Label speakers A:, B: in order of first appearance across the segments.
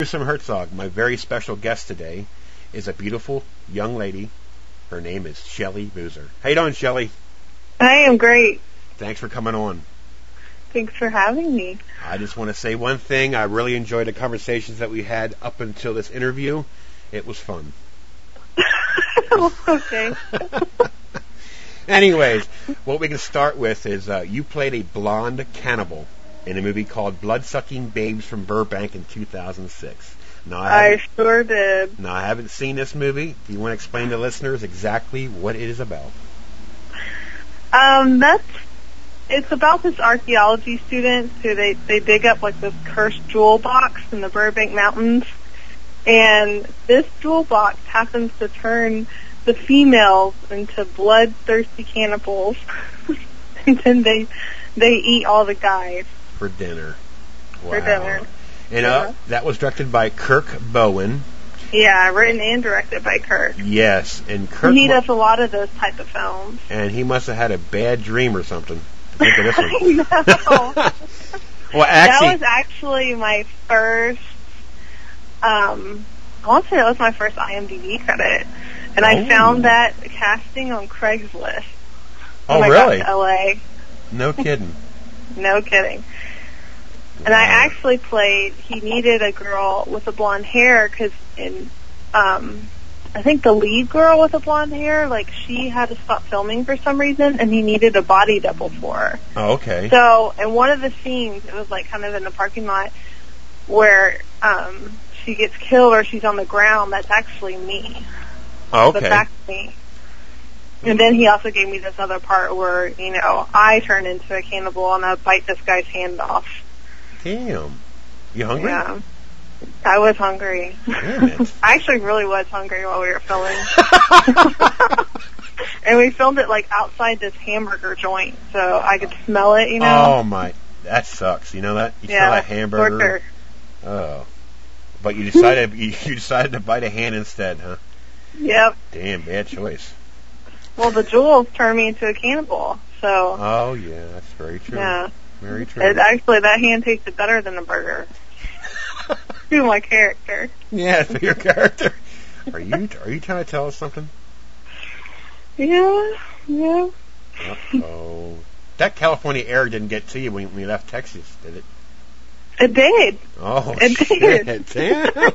A: Kusum Herzog, my very special guest today, is a beautiful young lady. Her name is Shelly Boozer. How you doing, Shelly?
B: I am great.
A: Thanks for coming on.
B: Thanks for having me.
A: I just want to say one thing. I really enjoyed the conversations that we had up until this interview. It was fun.
B: okay.
A: Anyways, what we can start with is uh, you played a blonde cannibal in a movie called Bloodsucking Babes from Burbank in 2006. Now I,
B: I
A: haven't,
B: sure did.
A: now, I haven't seen this movie. Do you want to explain to listeners exactly what it is about?
B: Um, that's it's about this archaeology student who they they dig up like this cursed jewel box in the Burbank Mountains, and this jewel box happens to turn the females into bloodthirsty cannibals, and then they they eat all the guys
A: For dinner.
B: for
A: Wow.
B: dinner.
A: And uh, that was directed by Kirk Bowen.
B: Yeah, written and directed by Kirk.
A: Yes, and Kirk
B: he
A: mu-
B: does a lot of those type of films.
A: and he must have had a bad dream or something. to Think of this
B: I
A: one.
B: know.
A: well,
B: that was
A: actually,
B: actually my first. Um, I want to say that was my first IMDb credit, and
A: Oh.
B: I found that casting on Craigslist.
A: oh
B: when
A: really?
B: I got
A: No kidding.
B: to LA. No kidding. And I actually played. He needed a girl with a blonde hair because in, um, I think the lead girl with the blonde hair, like she had to stop filming for some reason, and he needed a body double for her.
A: Oh, okay.
B: So, in one of the scenes, it was like kind of in the parking lot where um, she gets killed or she's on the ground. That's actually me.
A: Oh,
B: That's
A: okay.
B: actually me. And then he also gave me this other part where, you know, I turn into a cannibal and I bite this guy's hand off.
A: Damn. You hungry?
B: Yeah. I was hungry.
A: Damn it.
B: I actually really was hungry while we were filming. and we filmed it like outside this hamburger joint, so I could smell it, you know.
A: Oh my, that sucks. You know that? You
B: yeah.
A: smell that hamburger.
B: Torture.
A: Oh, but you decided you, you decided to bite a hand instead, huh?
B: Yep.
A: Damn, bad choice.
B: Well, the jewels turned me into a cannibal. So,
A: Oh yeah, that's very true.
B: yeah.
A: Very true.
B: It, actually, that hand tasted better than the burger. to my character.
A: yeah, for your character. Are you are you trying to tell us something?
B: Yeah, yeah.
A: Oh, that California air didn't get to you when we left Texas, did it?
B: It did.
A: Oh
B: It
A: shit!
B: did.
A: Damn.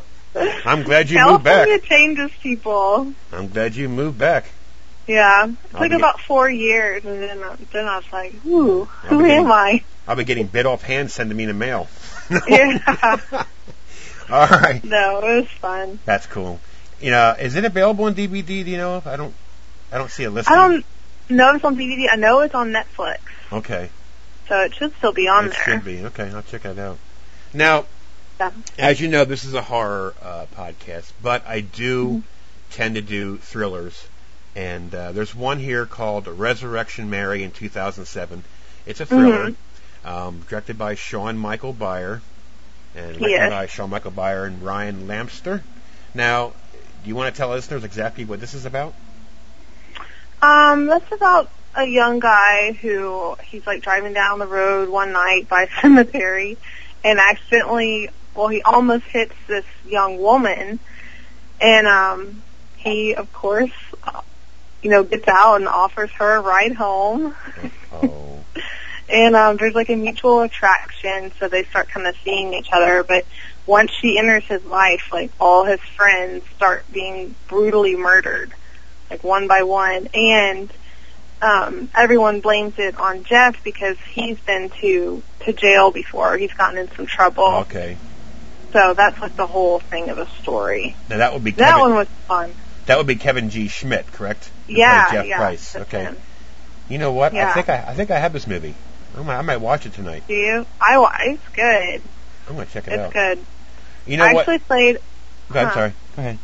A: I'm glad you moved back.
B: California changes people.
A: I'm glad you moved back.
B: Yeah. It
A: I'll
B: took
A: be-
B: about four years, and then, I- then I was like, ooh,
A: I'll
B: who
A: be
B: am I?
A: I'll be getting bit off hands sent to me in the mail.
B: Yeah.
A: All right.
B: No, it was fun.
A: That's cool. You know, is it available on DVD? Do you know? I don't. I don't see a listing.
B: I don't know if it's on DVD. I know it's on Netflix,
A: Okay.
B: so it should still be on
A: it
B: there.
A: should be. Okay, I'll check that out. Now,
B: Yeah.
A: as you know, this is a horror uh, podcast, but I do
B: Mm-hmm.
A: tend to do thrillers, and uh, there's one here called Resurrection Mary in 2007. It's a thriller,
B: Mm-hmm.
A: um, directed by Sean Michael Byer, and written
B: Yes.
A: by Sean Michael Byer and Ryan Lamster. Now, do you want to tell listeners exactly what this is about?
B: Um, that's about a young guy who he's like driving down the road one night by a cemetery and accidentally well he almost hits this young woman and um he of course uh, you know gets out and offers her a ride home
A: Oh.
B: and um there's like a mutual attraction so they start kind of seeing each other but once she enters his life like all his friends start being brutally murdered like one by one and um everyone blames it on Jeff because he's been to to jail before he's gotten in some trouble
A: Okay.
B: so that's like the whole thing of the story
A: Now that would be
B: that
A: Kevin,
B: one was fun
A: that would be Kevin G. Schmidt, correct? Who played
B: yeah
A: Jeff
B: yeah
A: Price.
B: that's
A: Okay.
B: him.
A: You know what? I
B: Yeah.
A: think I, I think I have this movie. I might, I might watch it tonight.
B: do you I wa- it's good
A: I'm gonna check it
B: it's
A: out.
B: good
A: You know
B: I
A: what?
B: actually played
A: Go ahead,
B: huh.
A: sorry. Go ahead.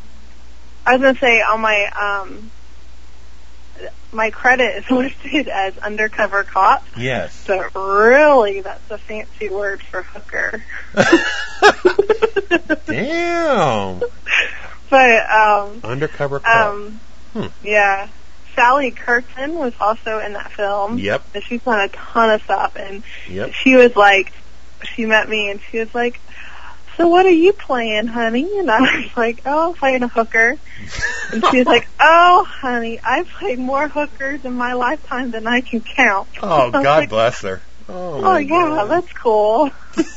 B: I was gonna say on my um my credit is listed as undercover cop,
A: Yes.
B: but really that's a fancy word for hooker.
A: Damn.
B: But um
A: Undercover cop.
B: um
A: Hmm.
B: yeah. Sally Curtin was also in that film.
A: yep.
B: And she's done a ton of stuff and
A: Yep.
B: she was like she met me and she was like so what are you playing, honey? And I was like, oh, I'm playing a hooker. And she was like, oh, honey, I played more hookers in my lifetime than I can count.
A: Oh,
B: I was
A: God
B: like,
A: bless her. Oh,
B: Oh,
A: my
B: yeah,
A: God.
B: that's cool.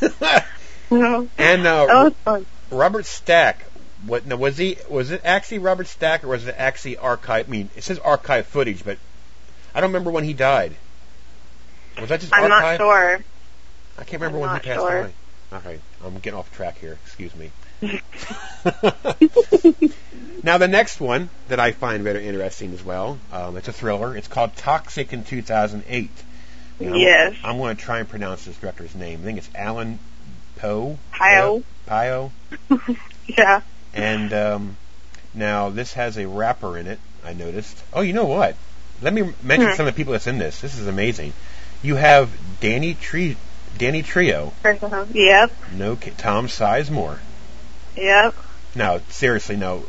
B: So,
A: and
B: that was
A: uh,
B: fun.
A: Robert Stack. What now, was he? Was it actually Robert Stack or was it actually archive? I mean, it says archive footage, but I don't remember when he died. Was that just
B: I'm not
A: archive?
B: sure.
A: I can't remember
B: I'm
A: when he
B: not
A: passed
B: sure.
A: away. All right, I'm getting off track here. Excuse me. now the next one that I find very interesting as well. Um, it's a thriller. It's called Toxic in 2008. Now,
B: Yes.
A: I'm going to try and pronounce this director's name. I think it's Alan Poe.
B: Pyle.
A: Pio.
B: Yeah.
A: And um, now this has a rapper in it. I noticed. Oh, you know what? Let me mention
B: Hmm.
A: some of the people that's in this. This is amazing. You have Danny Tree, Danny Trio,
B: Yep.
A: no ki- Tom Sizemore.
B: Yep.
A: No, seriously, no.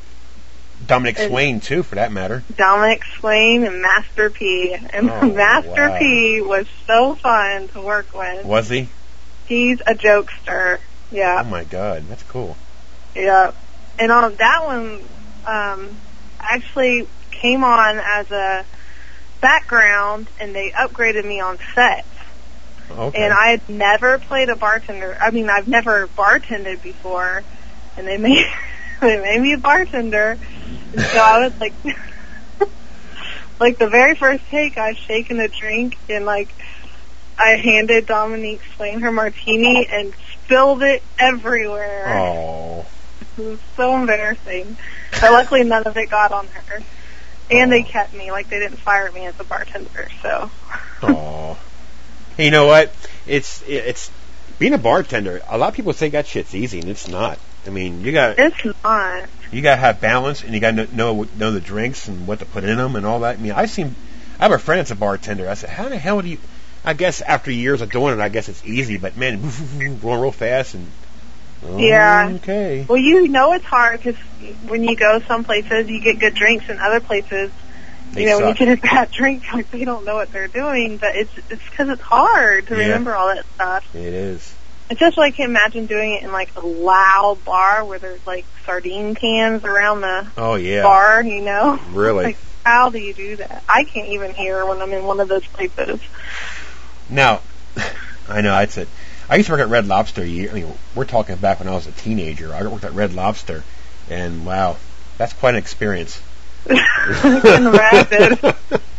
A: Dominic
B: And-
A: Swain too, for that matter.
B: Dominic Swain and Master P. And
A: Oh,
B: Master
A: wow.
B: P was so fun to work with.
A: Was he?
B: He's a jokester.
A: Oh
B: Yeah.
A: my God, that's cool.
B: Yeah. And on that one um actually came on as a background and they upgraded me on set.
A: Okay.
B: And I had never played a bartender. I mean, I've never bartended before, and they made they made me a bartender. And so I was like, like the very first take, I was shaking a drink and like I handed Dominique Swain her martini and spilled it everywhere.
A: oh.
B: It was so embarrassing. But luckily, none of it got on her. And they
A: Aw.
B: kept me, like they didn't fire me as a bartender. So,
A: Aw. Hey, you know what? It's it's being a bartender. A lot of people think that shit's easy, and it's not. I mean, you got
B: it's not.
A: you got to have balance, and you got to know what- know the drinks and what to put in them and all that. I mean, I seen I have a friend that's a bartender. I said, how the hell do you? I guess after years of doing it, I guess it's easy, but man, going real fast and
B: Yeah.
A: Okay.
B: Well, you know it's hard because when you go some places, you get good drinks, and other places,
A: They
B: you know,
A: suck.
B: when you get a bad drink, like they don't know what they're doing. But it's it's because it's hard to
A: Yeah.
B: remember all that stuff.
A: It is.
B: It's just like imagine doing it in like a loud bar where there's like sardine cans around the
A: Oh yeah.
B: bar. You know,
A: Really.
B: like how do you do that? I can't even hear when I'm in one of those places.
A: Now, I know that's it. I used to work at Red Lobster. a year- I mean, we're talking back when I was a teenager. I worked at Red Lobster, and wow, that's quite an experience.
B: I can imagine.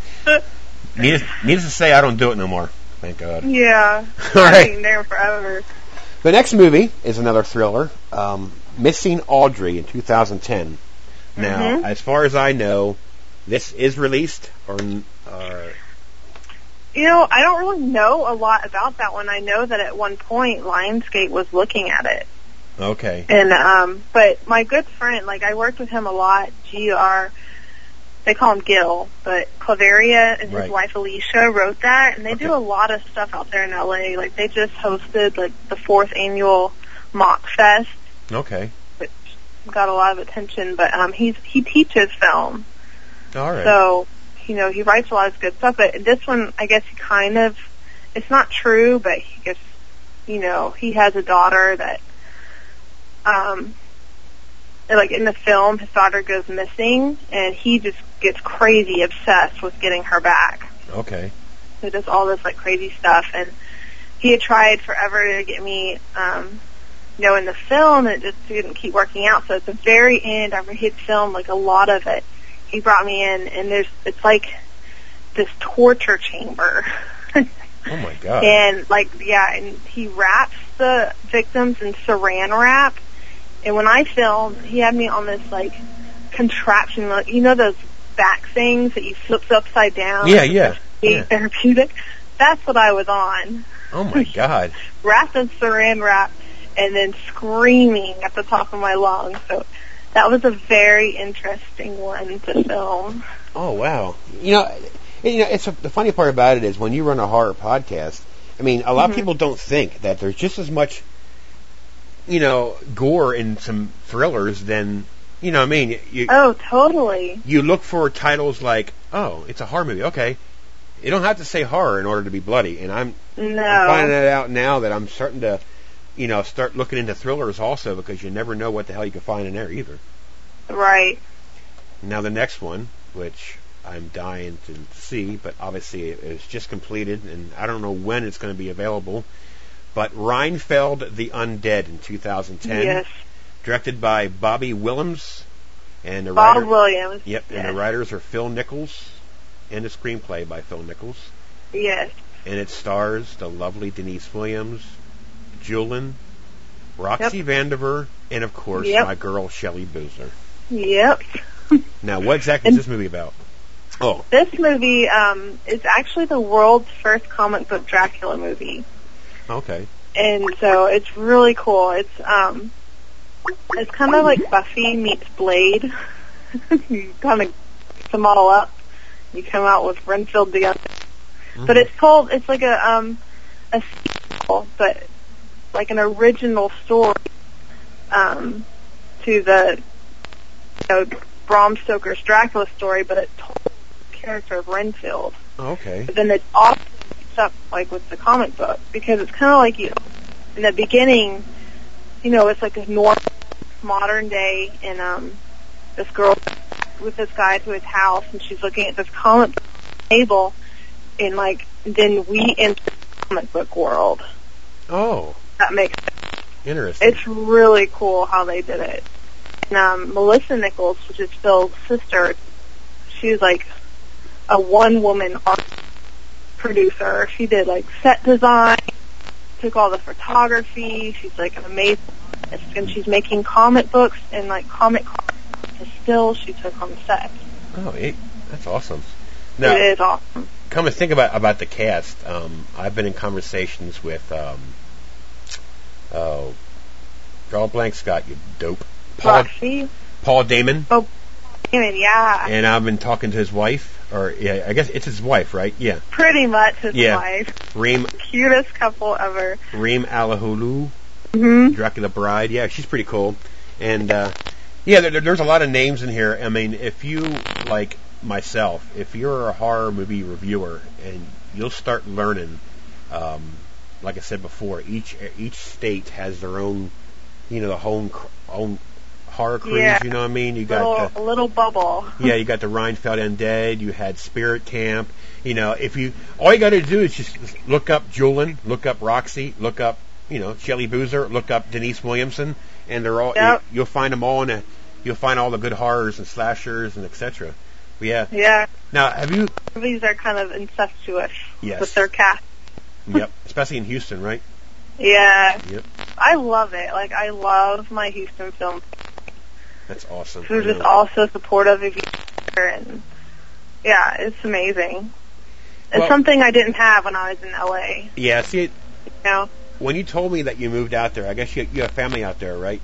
A: needless, needless to say, I don't do it no more. Thank God.
B: Yeah,
A: All
B: I've
A: right.
B: been there forever.
A: The next movie is another thriller, um, Missing Audrey in 2010. Now,
B: Mhm.
A: as far as I know, this is released or. n- or
B: You know, I don't really know a lot about that one. I know that at one point Lionsgate was looking at it.
A: okay.
B: And um but my good friend, like I worked with him a lot, G R they call him Gil, but Claveria and his
A: Right.
B: wife Alicia wrote that and they do
A: Okay.
B: a lot of stuff out there in LA. Like they just hosted like the fourth annual Mock Fest,
A: Okay.
B: which got a lot of attention, but um he's he teaches film.
A: All right.
B: So, you know, he writes a lot of good stuff, but this one, I guess he kind of, it's not true, but he gets, you know, he has a daughter that, um, and, like in the film, his daughter goes missing and he just gets crazy obsessed with getting her back.
A: okay.
B: So he does all this like crazy stuff and he had tried forever to get me, um, you know, in the film and it just didn't keep working out. So at the very end, after he'd filmed like a lot of it, he brought me in and there's, it's like this torture chamber.
A: Oh my God.
B: and like, yeah, and he wraps the victims in saran wrap. And when I filmed, he had me on this like contraption, like, you know, those back things that you flips upside down.
A: yeah, yeah.
B: Be
A: yeah.
B: therapeutic. That's what I was on.
A: Oh my God.
B: Wrapped in saran wrap and then screaming at the top of my lungs. So that was a very interesting one to film.
A: Oh wow! You know, eh, you know, it's a, the funny part about it is when you run a horror podcast. I mean, a lot of
B: Mhm.
A: people don't think that there's just as much, you know, gore in some thrillers than you know. what I mean, you
B: Oh, totally.
A: you look for titles like, oh, it's a horror movie. Okay, you don't have to say horror in order to be bloody. And I'm, I'm finding
B: No.
A: that out now that I'm starting to. you know, start looking into thrillers also because you never know what the hell you can find in there either.
B: Right.
A: Now the next one, which I'm dying to see, but obviously it was just completed, and I don't know when it's going to be available. But Reinfeld the Undead in 2010,
B: Yes.
A: directed by Bobby Willems, and the
B: Bob
A: writer,
B: Williams.
A: yep,
B: Yes.
A: and the writers are Phil Nichols, and the screenplay by Phil Nichols,
B: Yes.
A: and it stars the lovely Denise Williams, Julian, Roxy Vandiver, and of course
B: Yep.
A: my girl Shelley Boozler.
B: Yep.
A: Now, what exactly is this movie about? Oh,
B: This movie um, is actually the world's first comic book Dracula movie.
A: okay.
B: and so it's really cool. It's um, it's kind of like Buffy meets Blade. you kind of mix them all up. You come out with Renfield the Young- but it's told. It's like a um, a sequel, but like an original story um, to the you know Bram Stoker's Dracula story, but it's told the character of Renfield
A: Oh, okay.
B: but then it's also mixed up like with the comic book because it's kind of like you in the beginning, you know, it's like a normal modern day, and um, this girl with this guy to his house, and she's looking at this comic book table, and like then we enter the comic book world.
A: Oh,
B: That makes sense.
A: interesting.
B: it's really cool how they did it. And um, Melissa Nichols, which is Phil's sister, she's like a one-woman art producer. She did like set design, took all the photography. She's like an amazing, artist, and she's making comic books and like comic cards. The stills she took on set.
A: oh, it, that's awesome. Now,
B: It is awesome.
A: come and think about about the cast. Um, I've been in conversations with um, oh, draw a blank, Scott, you dope. Paul
B: Roxy,
A: Paul Damon,
B: Damon, yeah,
A: and I've been talking to his wife, or yeah, I guess it's his wife, right? Yeah,
B: pretty much his
A: Yeah.
B: wife.
A: Reem
B: Cutest couple ever.
A: Reem Alahulu,
B: hmm
A: Dracula Bride. Yeah, she's pretty cool, and uh, yeah, there, there- there's a lot of names in here. I mean, if you like myself, if you're a horror movie reviewer, and you'll start learning. Um, like I said before, each each state has their own, you know, the home cr- own horror crews.
B: Yeah.
A: You know what I mean? You got the,
B: Little, little bubble.
A: yeah, you got the Reinfeld Undead. You had Spirit Camp. You know, if you all you got to do is just look up Julian, look up Roxy, look up you know Shelley Boozer, look up Denise Williamson, and they're all
B: Yep.
A: you, will find them all in a you'll find all the good horrors and slashers and etc. Yeah.
B: Yeah.
A: Now, have you?
B: movies are kind of incestuous
A: Yes.
B: with their cast.
A: Yep. Especially in Houston, right?
B: Yeah.
A: Yep.
B: I love it. Like I love my Houston film.
A: That's awesome.
B: They're just
A: Yeah.
B: all so supportive of each other and yeah, it's amazing. It's
A: Well-
B: something I didn't have when I was in LA.
A: Yeah. See, it-
B: You know?
A: when you told me that you moved out there, I guess you you have family out there, right?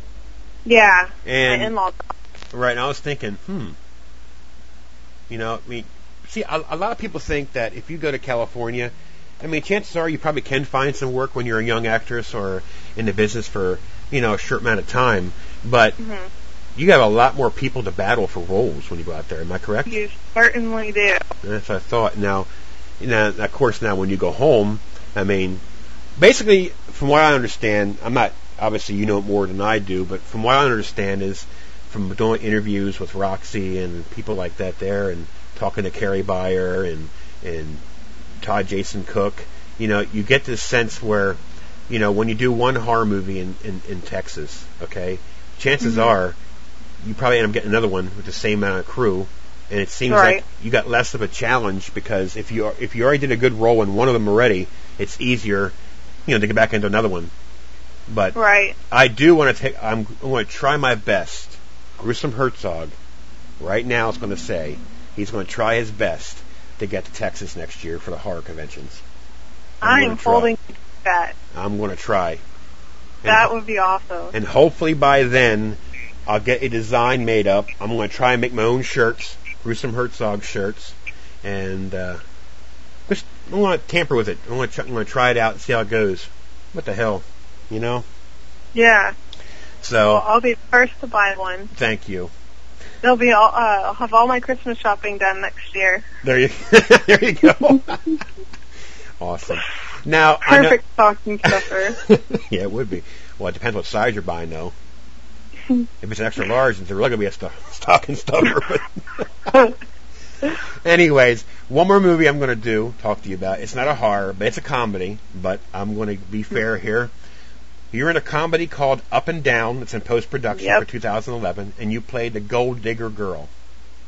B: Yeah.
A: And
B: my in laws.
A: Right, and I was thinking, hmm. You know, I mean, see, a, a lot of people think that if you go to California, I mean, chances are you probably can find some work when you're a young actress or in the business for, you know, a short amount of time. But
B: Mhm.
A: you have a lot more people to battle for roles when you go out there. Am I correct?
B: You certainly do.
A: That's what I thought. Now, you know, of course, now when you go home, I mean, basically, from what I understand, I'm not obviously you know it more than I do, but from what I understand is from doing interviews with Roxy and people like that there, and talking to Carrie Byer and and Todd Jason Cook, you know, you get this sense where, you know, when you do one horror movie in in, in Texas, okay, chances are you probably end up getting another one with the same amount of crew, and it seems
B: Right.
A: like you got less of a challenge because if you are, if you already did a good role in one of them already, it's easier, you know, to get back into another one. But
B: Right.
A: I do want to take. I'm, I'm going to try my best. Gruesome Herzog, right now, is going to say he's going to try his best to get to Texas next year for the horror conventions.
B: I
A: gonna
B: am
A: try.
B: holding that.
A: I'm going to try. And,
B: That would be awesome.
A: and hopefully by then, I'll get a design made up. I'm going to try and make my own shirts, Gruesome Herzog shirts, and uh, just I'm going to tamper with it. I'm going to I'm going to try it out and see how it goes. What the hell, you know?
B: Yeah. Well,
A: So
B: I'll be the first to buy one.
A: thank you.
B: They'll be all, uh, I'll have all my Christmas shopping done next year.
A: There you there you go. awesome. Now
B: Perfect stocking stuffer.
A: I know, yeah, it would be. Well, it depends what size you're buying, though. if it's an extra large, it's really gonna be a st- stocking stuffer. But Anyways, one more movie I'm gonna do talk to you about. It's not a horror, but it's a comedy. But I'm gonna be fair here. You're in a comedy called Up and Down. It's in post production
B: Yep.
A: for 2011, and you played the gold digger girl.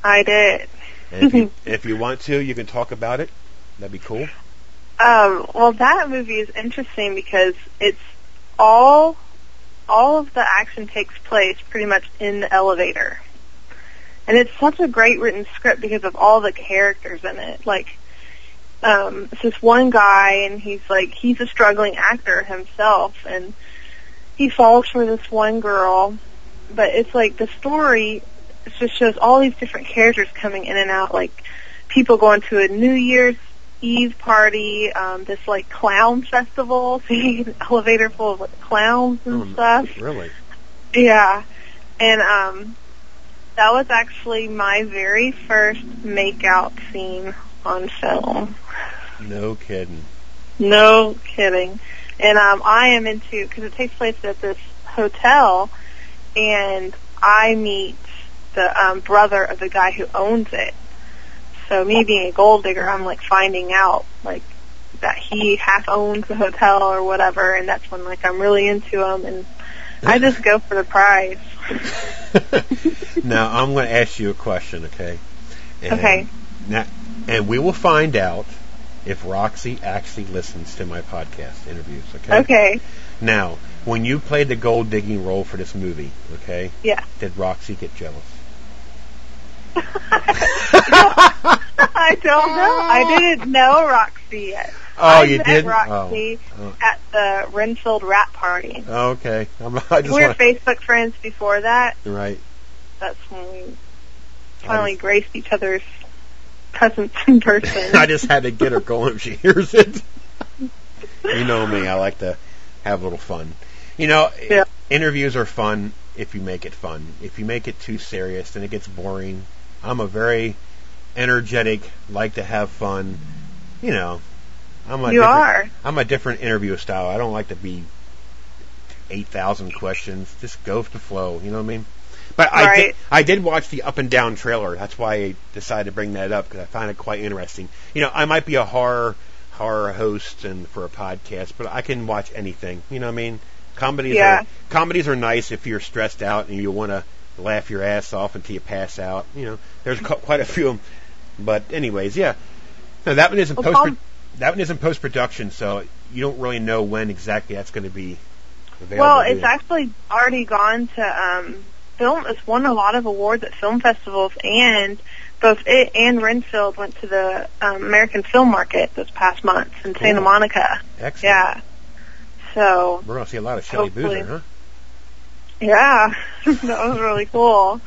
B: I did.
A: And if you, if you want to, you can talk about it. That'd be cool.
B: Um, well, that movie is interesting because it's all all of the action takes place pretty much in the elevator, and it's such a great written script because of all the characters in it. Like, um, it's this one guy, and he's like he's a struggling actor himself, and he falls for this one girl, but it's like the story just shows all these different characters coming in and out, like people going to a New Year's Eve party, um, this like clown festival, see an elevator full of like clowns and
A: Mm.
B: stuff.
A: Really?
B: Yeah. And um that was actually my very first makeout scene on film.
A: No kidding.
B: No kidding. And um, I am into because it takes place at this hotel, and I meet the um, brother of the guy who owns it. So me being a gold digger, I'm like finding out like that he half owns the hotel or whatever, and that's when like I'm really into him, and I just go for the prize.
A: now I'm going to ask you a question, okay? And
B: Okay.
A: Now, and we will find out if Roxy actually listens to my podcast interviews, okay?
B: Okay.
A: Now, when you played the gold digging role for this movie, okay?
B: Yeah.
A: Did Roxy get jealous?
B: I don't know. I didn't know Roxy yet.
A: Oh,
B: I
A: you
B: met
A: did.
B: Roxy
A: Oh,
B: at the Renfield Rat Party.
A: oh, okay. I'm, I just
B: we were
A: want
B: Facebook friends before that.
A: to right.
B: That's when we
A: I
B: finally
A: just-
B: graced each other's presence in person.
A: I just had to get her going if she hears it. you know me, I like to have a little fun. You know,
B: Yeah.
A: interviews are fun if you make it fun. If you make it too serious, then it gets boring. I'm a very energetic, like to have fun. You know, I'm a
B: you
A: different,
B: are.
A: I'm a different interview style. I don't like to be 8,000 questions. Just go with the flow. You know what I mean? But I did,
B: Right.
A: I did watch the up and down trailer. That's why I decided to bring that up because I find it quite interesting. You know, I might be a horror horror host and for a podcast, but I can watch anything. You know what I mean? Comedies
B: Yeah.
A: are comedies are nice if you're stressed out and you want to laugh your ass off until you pass out. You know, there's
B: Mm-hmm.
A: qu- quite a few. Of 'em. But anyways, yeah. No, that one is in
B: Well, um,
A: post.
B: Tom-
A: That one is in post production, so you don't really know when exactly that's going to be available.
B: Well,
A: do
B: it's
A: you?
B: actually already gone to um, film. It's won a lot of awards at film festivals, and both it and Renfield went to the um, American Film Market this past month in
A: Cool.
B: Santa Monica.
A: excellent.
B: Yeah. So
A: We're going to see a lot of Shelley
B: Hopefully.
A: Boozer, huh?
B: Yeah, that was really cool.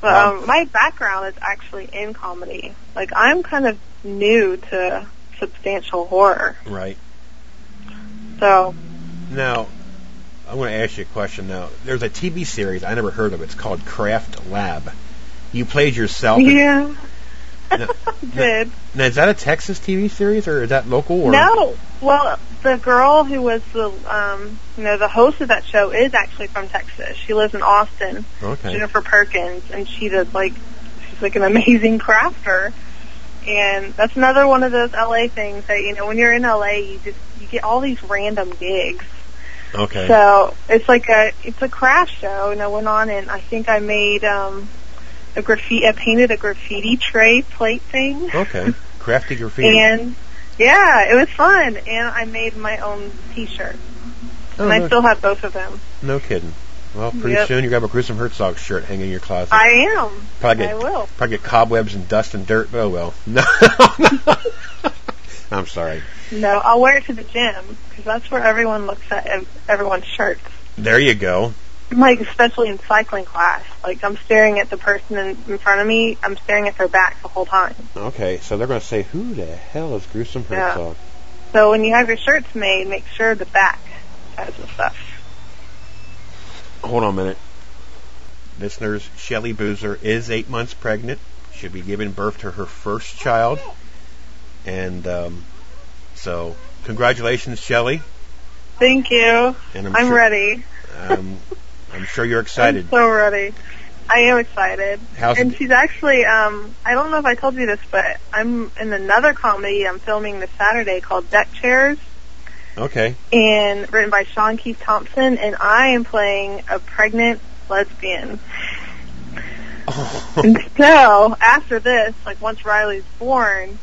B: But um, my background is actually in comedy. Like I'm kind of new to substantial horror,
A: Right.
B: so
A: Now, I'm going to ask you a question now. There's a TV series I never heard of. It's called Craft Lab. You played yourself. in-
B: yeah.
A: No,
B: Did
A: Now, is that a Texas TV series or is that local? Or?
B: no? Well, the girl who was the um, you know the host of that show is actually from Texas. She lives in Austin,
A: Okay.
B: Jennifer Perkins, and she does like she's like an amazing crafter. And that's another one of those LA things that you know when you're in LA, you just you get all these random gigs.
A: Okay.
B: So it's like a it's a craft show, and I went on and I think I made um a graffiti, I painted a graffiti tray plate thing,
A: okay. Crafty graffiti.
B: and yeah, it was fun. And I made my own T-shirt,
A: oh,
B: and I
A: no,
B: still have both of them.
A: no kidding. Well, pretty
B: Yep.
A: soon you're gonna have a Gruesome Herzog shirt hanging in your closet.
B: I am.
A: Probably get
B: I will.
A: Probably get cobwebs and dust and dirt. Oh well. No. I'm sorry.
B: No, I'll wear it to the gym because that's where everyone looks at ev- everyone's shirts.
A: There you go.
B: Like especially in cycling class, like I'm staring at the person in, in front of me. I'm staring at their back the whole time.
A: Okay, so they're gonna say, "Who the hell is gruesome
B: Yeah.
A: Herzog?"
B: So when you have your shirts made, make sure the back has the stuff.
A: Hold on a minute, listeners. Shelley Boozer is eight months pregnant. She'll be giving birth to her first child, and um, so congratulations, Shelley.
B: Thank you.
A: And
B: I'm
A: sure,
B: ready.
A: Um, I'm sure you're excited.
B: I'm so ready. I am excited.
A: How's
B: and
A: it-
B: she's actually, um, I don't know if I told you this, but I'm in another comedy I'm filming this Saturday called Deck Chairs,
A: okay.
B: and written by Sean Keith Thompson, and I am playing a pregnant lesbian. And so after this, like once Riley's born,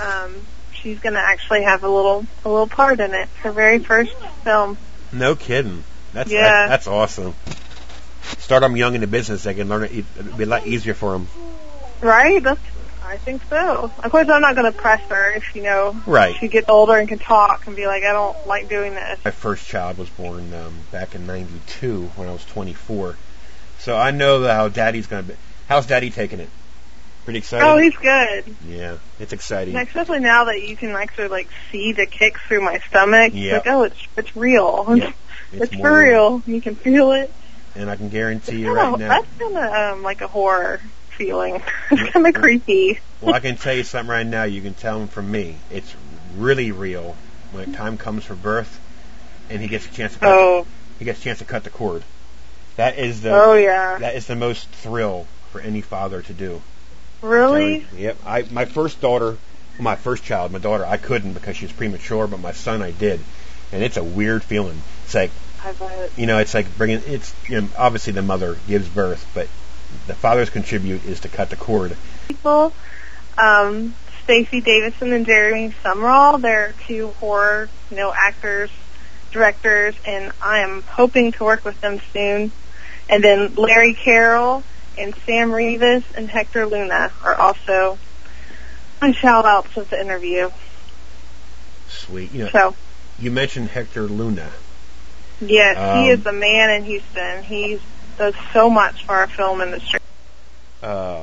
B: um, she's gonna actually have a little a little part in it. Her very first film.
A: no kidding. That's
B: Yeah.
A: that's, that's awesome. Start them young in the business. They can learn it. It'll be a lot easier for them.
B: Right? That's I think so. Of course I'm not gonna press her if you know
A: Right.
B: she gets older and can talk and be like, I don't like doing this.
A: My first child was born um, back in '92 when I was 24, so I know that how Daddy's gonna be. How's Daddy taking it? Pretty excited.
B: Oh, he's good.
A: yeah, it's exciting.
B: And especially now that you can actually like see the kicks through my stomach. It's
A: Yeah.
B: Like, oh it's it's real.
A: Yeah,
B: It's,
A: more
B: for real. You can feel it.
A: And I can guarantee you
B: It's
A: right
B: kinda-
A: now.
B: That's kind of um, like a horror feeling. it's kind of creepy.
A: Well, I can tell you something right now. You can tell him from me. It's really real. When time comes for birth, and he gets a chance to cut,
B: Oh,
A: he gets a chance to cut the cord. That is the
B: oh yeah.
A: that is the most thrill for any father to do.
B: really?
A: Telling- Yep. I my first daughter, my first child, my daughter, I couldn't because she was premature, but my son, I did, and it's a weird feeling. It's like
B: I bet.
A: you know, it's like bringing. It's you know, obviously the mother gives birth, but the father's contribute is to cut the cord.
B: People, um, Stacy Davison and Jeremy Summerall. They're two horror, you know, actors, directors, and I am hoping to work with them soon. And then Larry Carroll and Sam Revis and Hector Luna are also my shout outs of the interview.
A: Sweet. You know,
B: So
A: you mentioned Hector Luna.
B: Yes, he
A: Um,
B: is the man in Houston. He does so much for our film industry.
A: uh,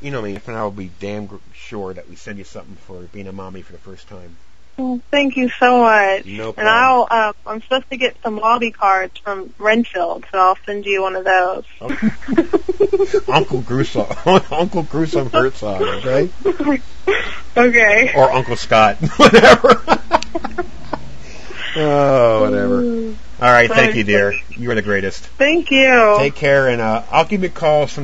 A: you know me, and I will be damn gr- sure that we send you something for being a mommy for the first time.
B: Well, Thank you so much.
A: No
B: And I'll, uh, I'm supposed to get some lobby cards from Renfield, so I'll send you one of those.
A: Okay. Uncle Gruesome, Uncle Gruesome Herzog, okay?
B: okay.
A: Or Uncle Scott, whatever. oh, whatever. All right, thank you, dear. You are the greatest.
B: Thank you.
A: Take care, and uh, I'll give you a call some.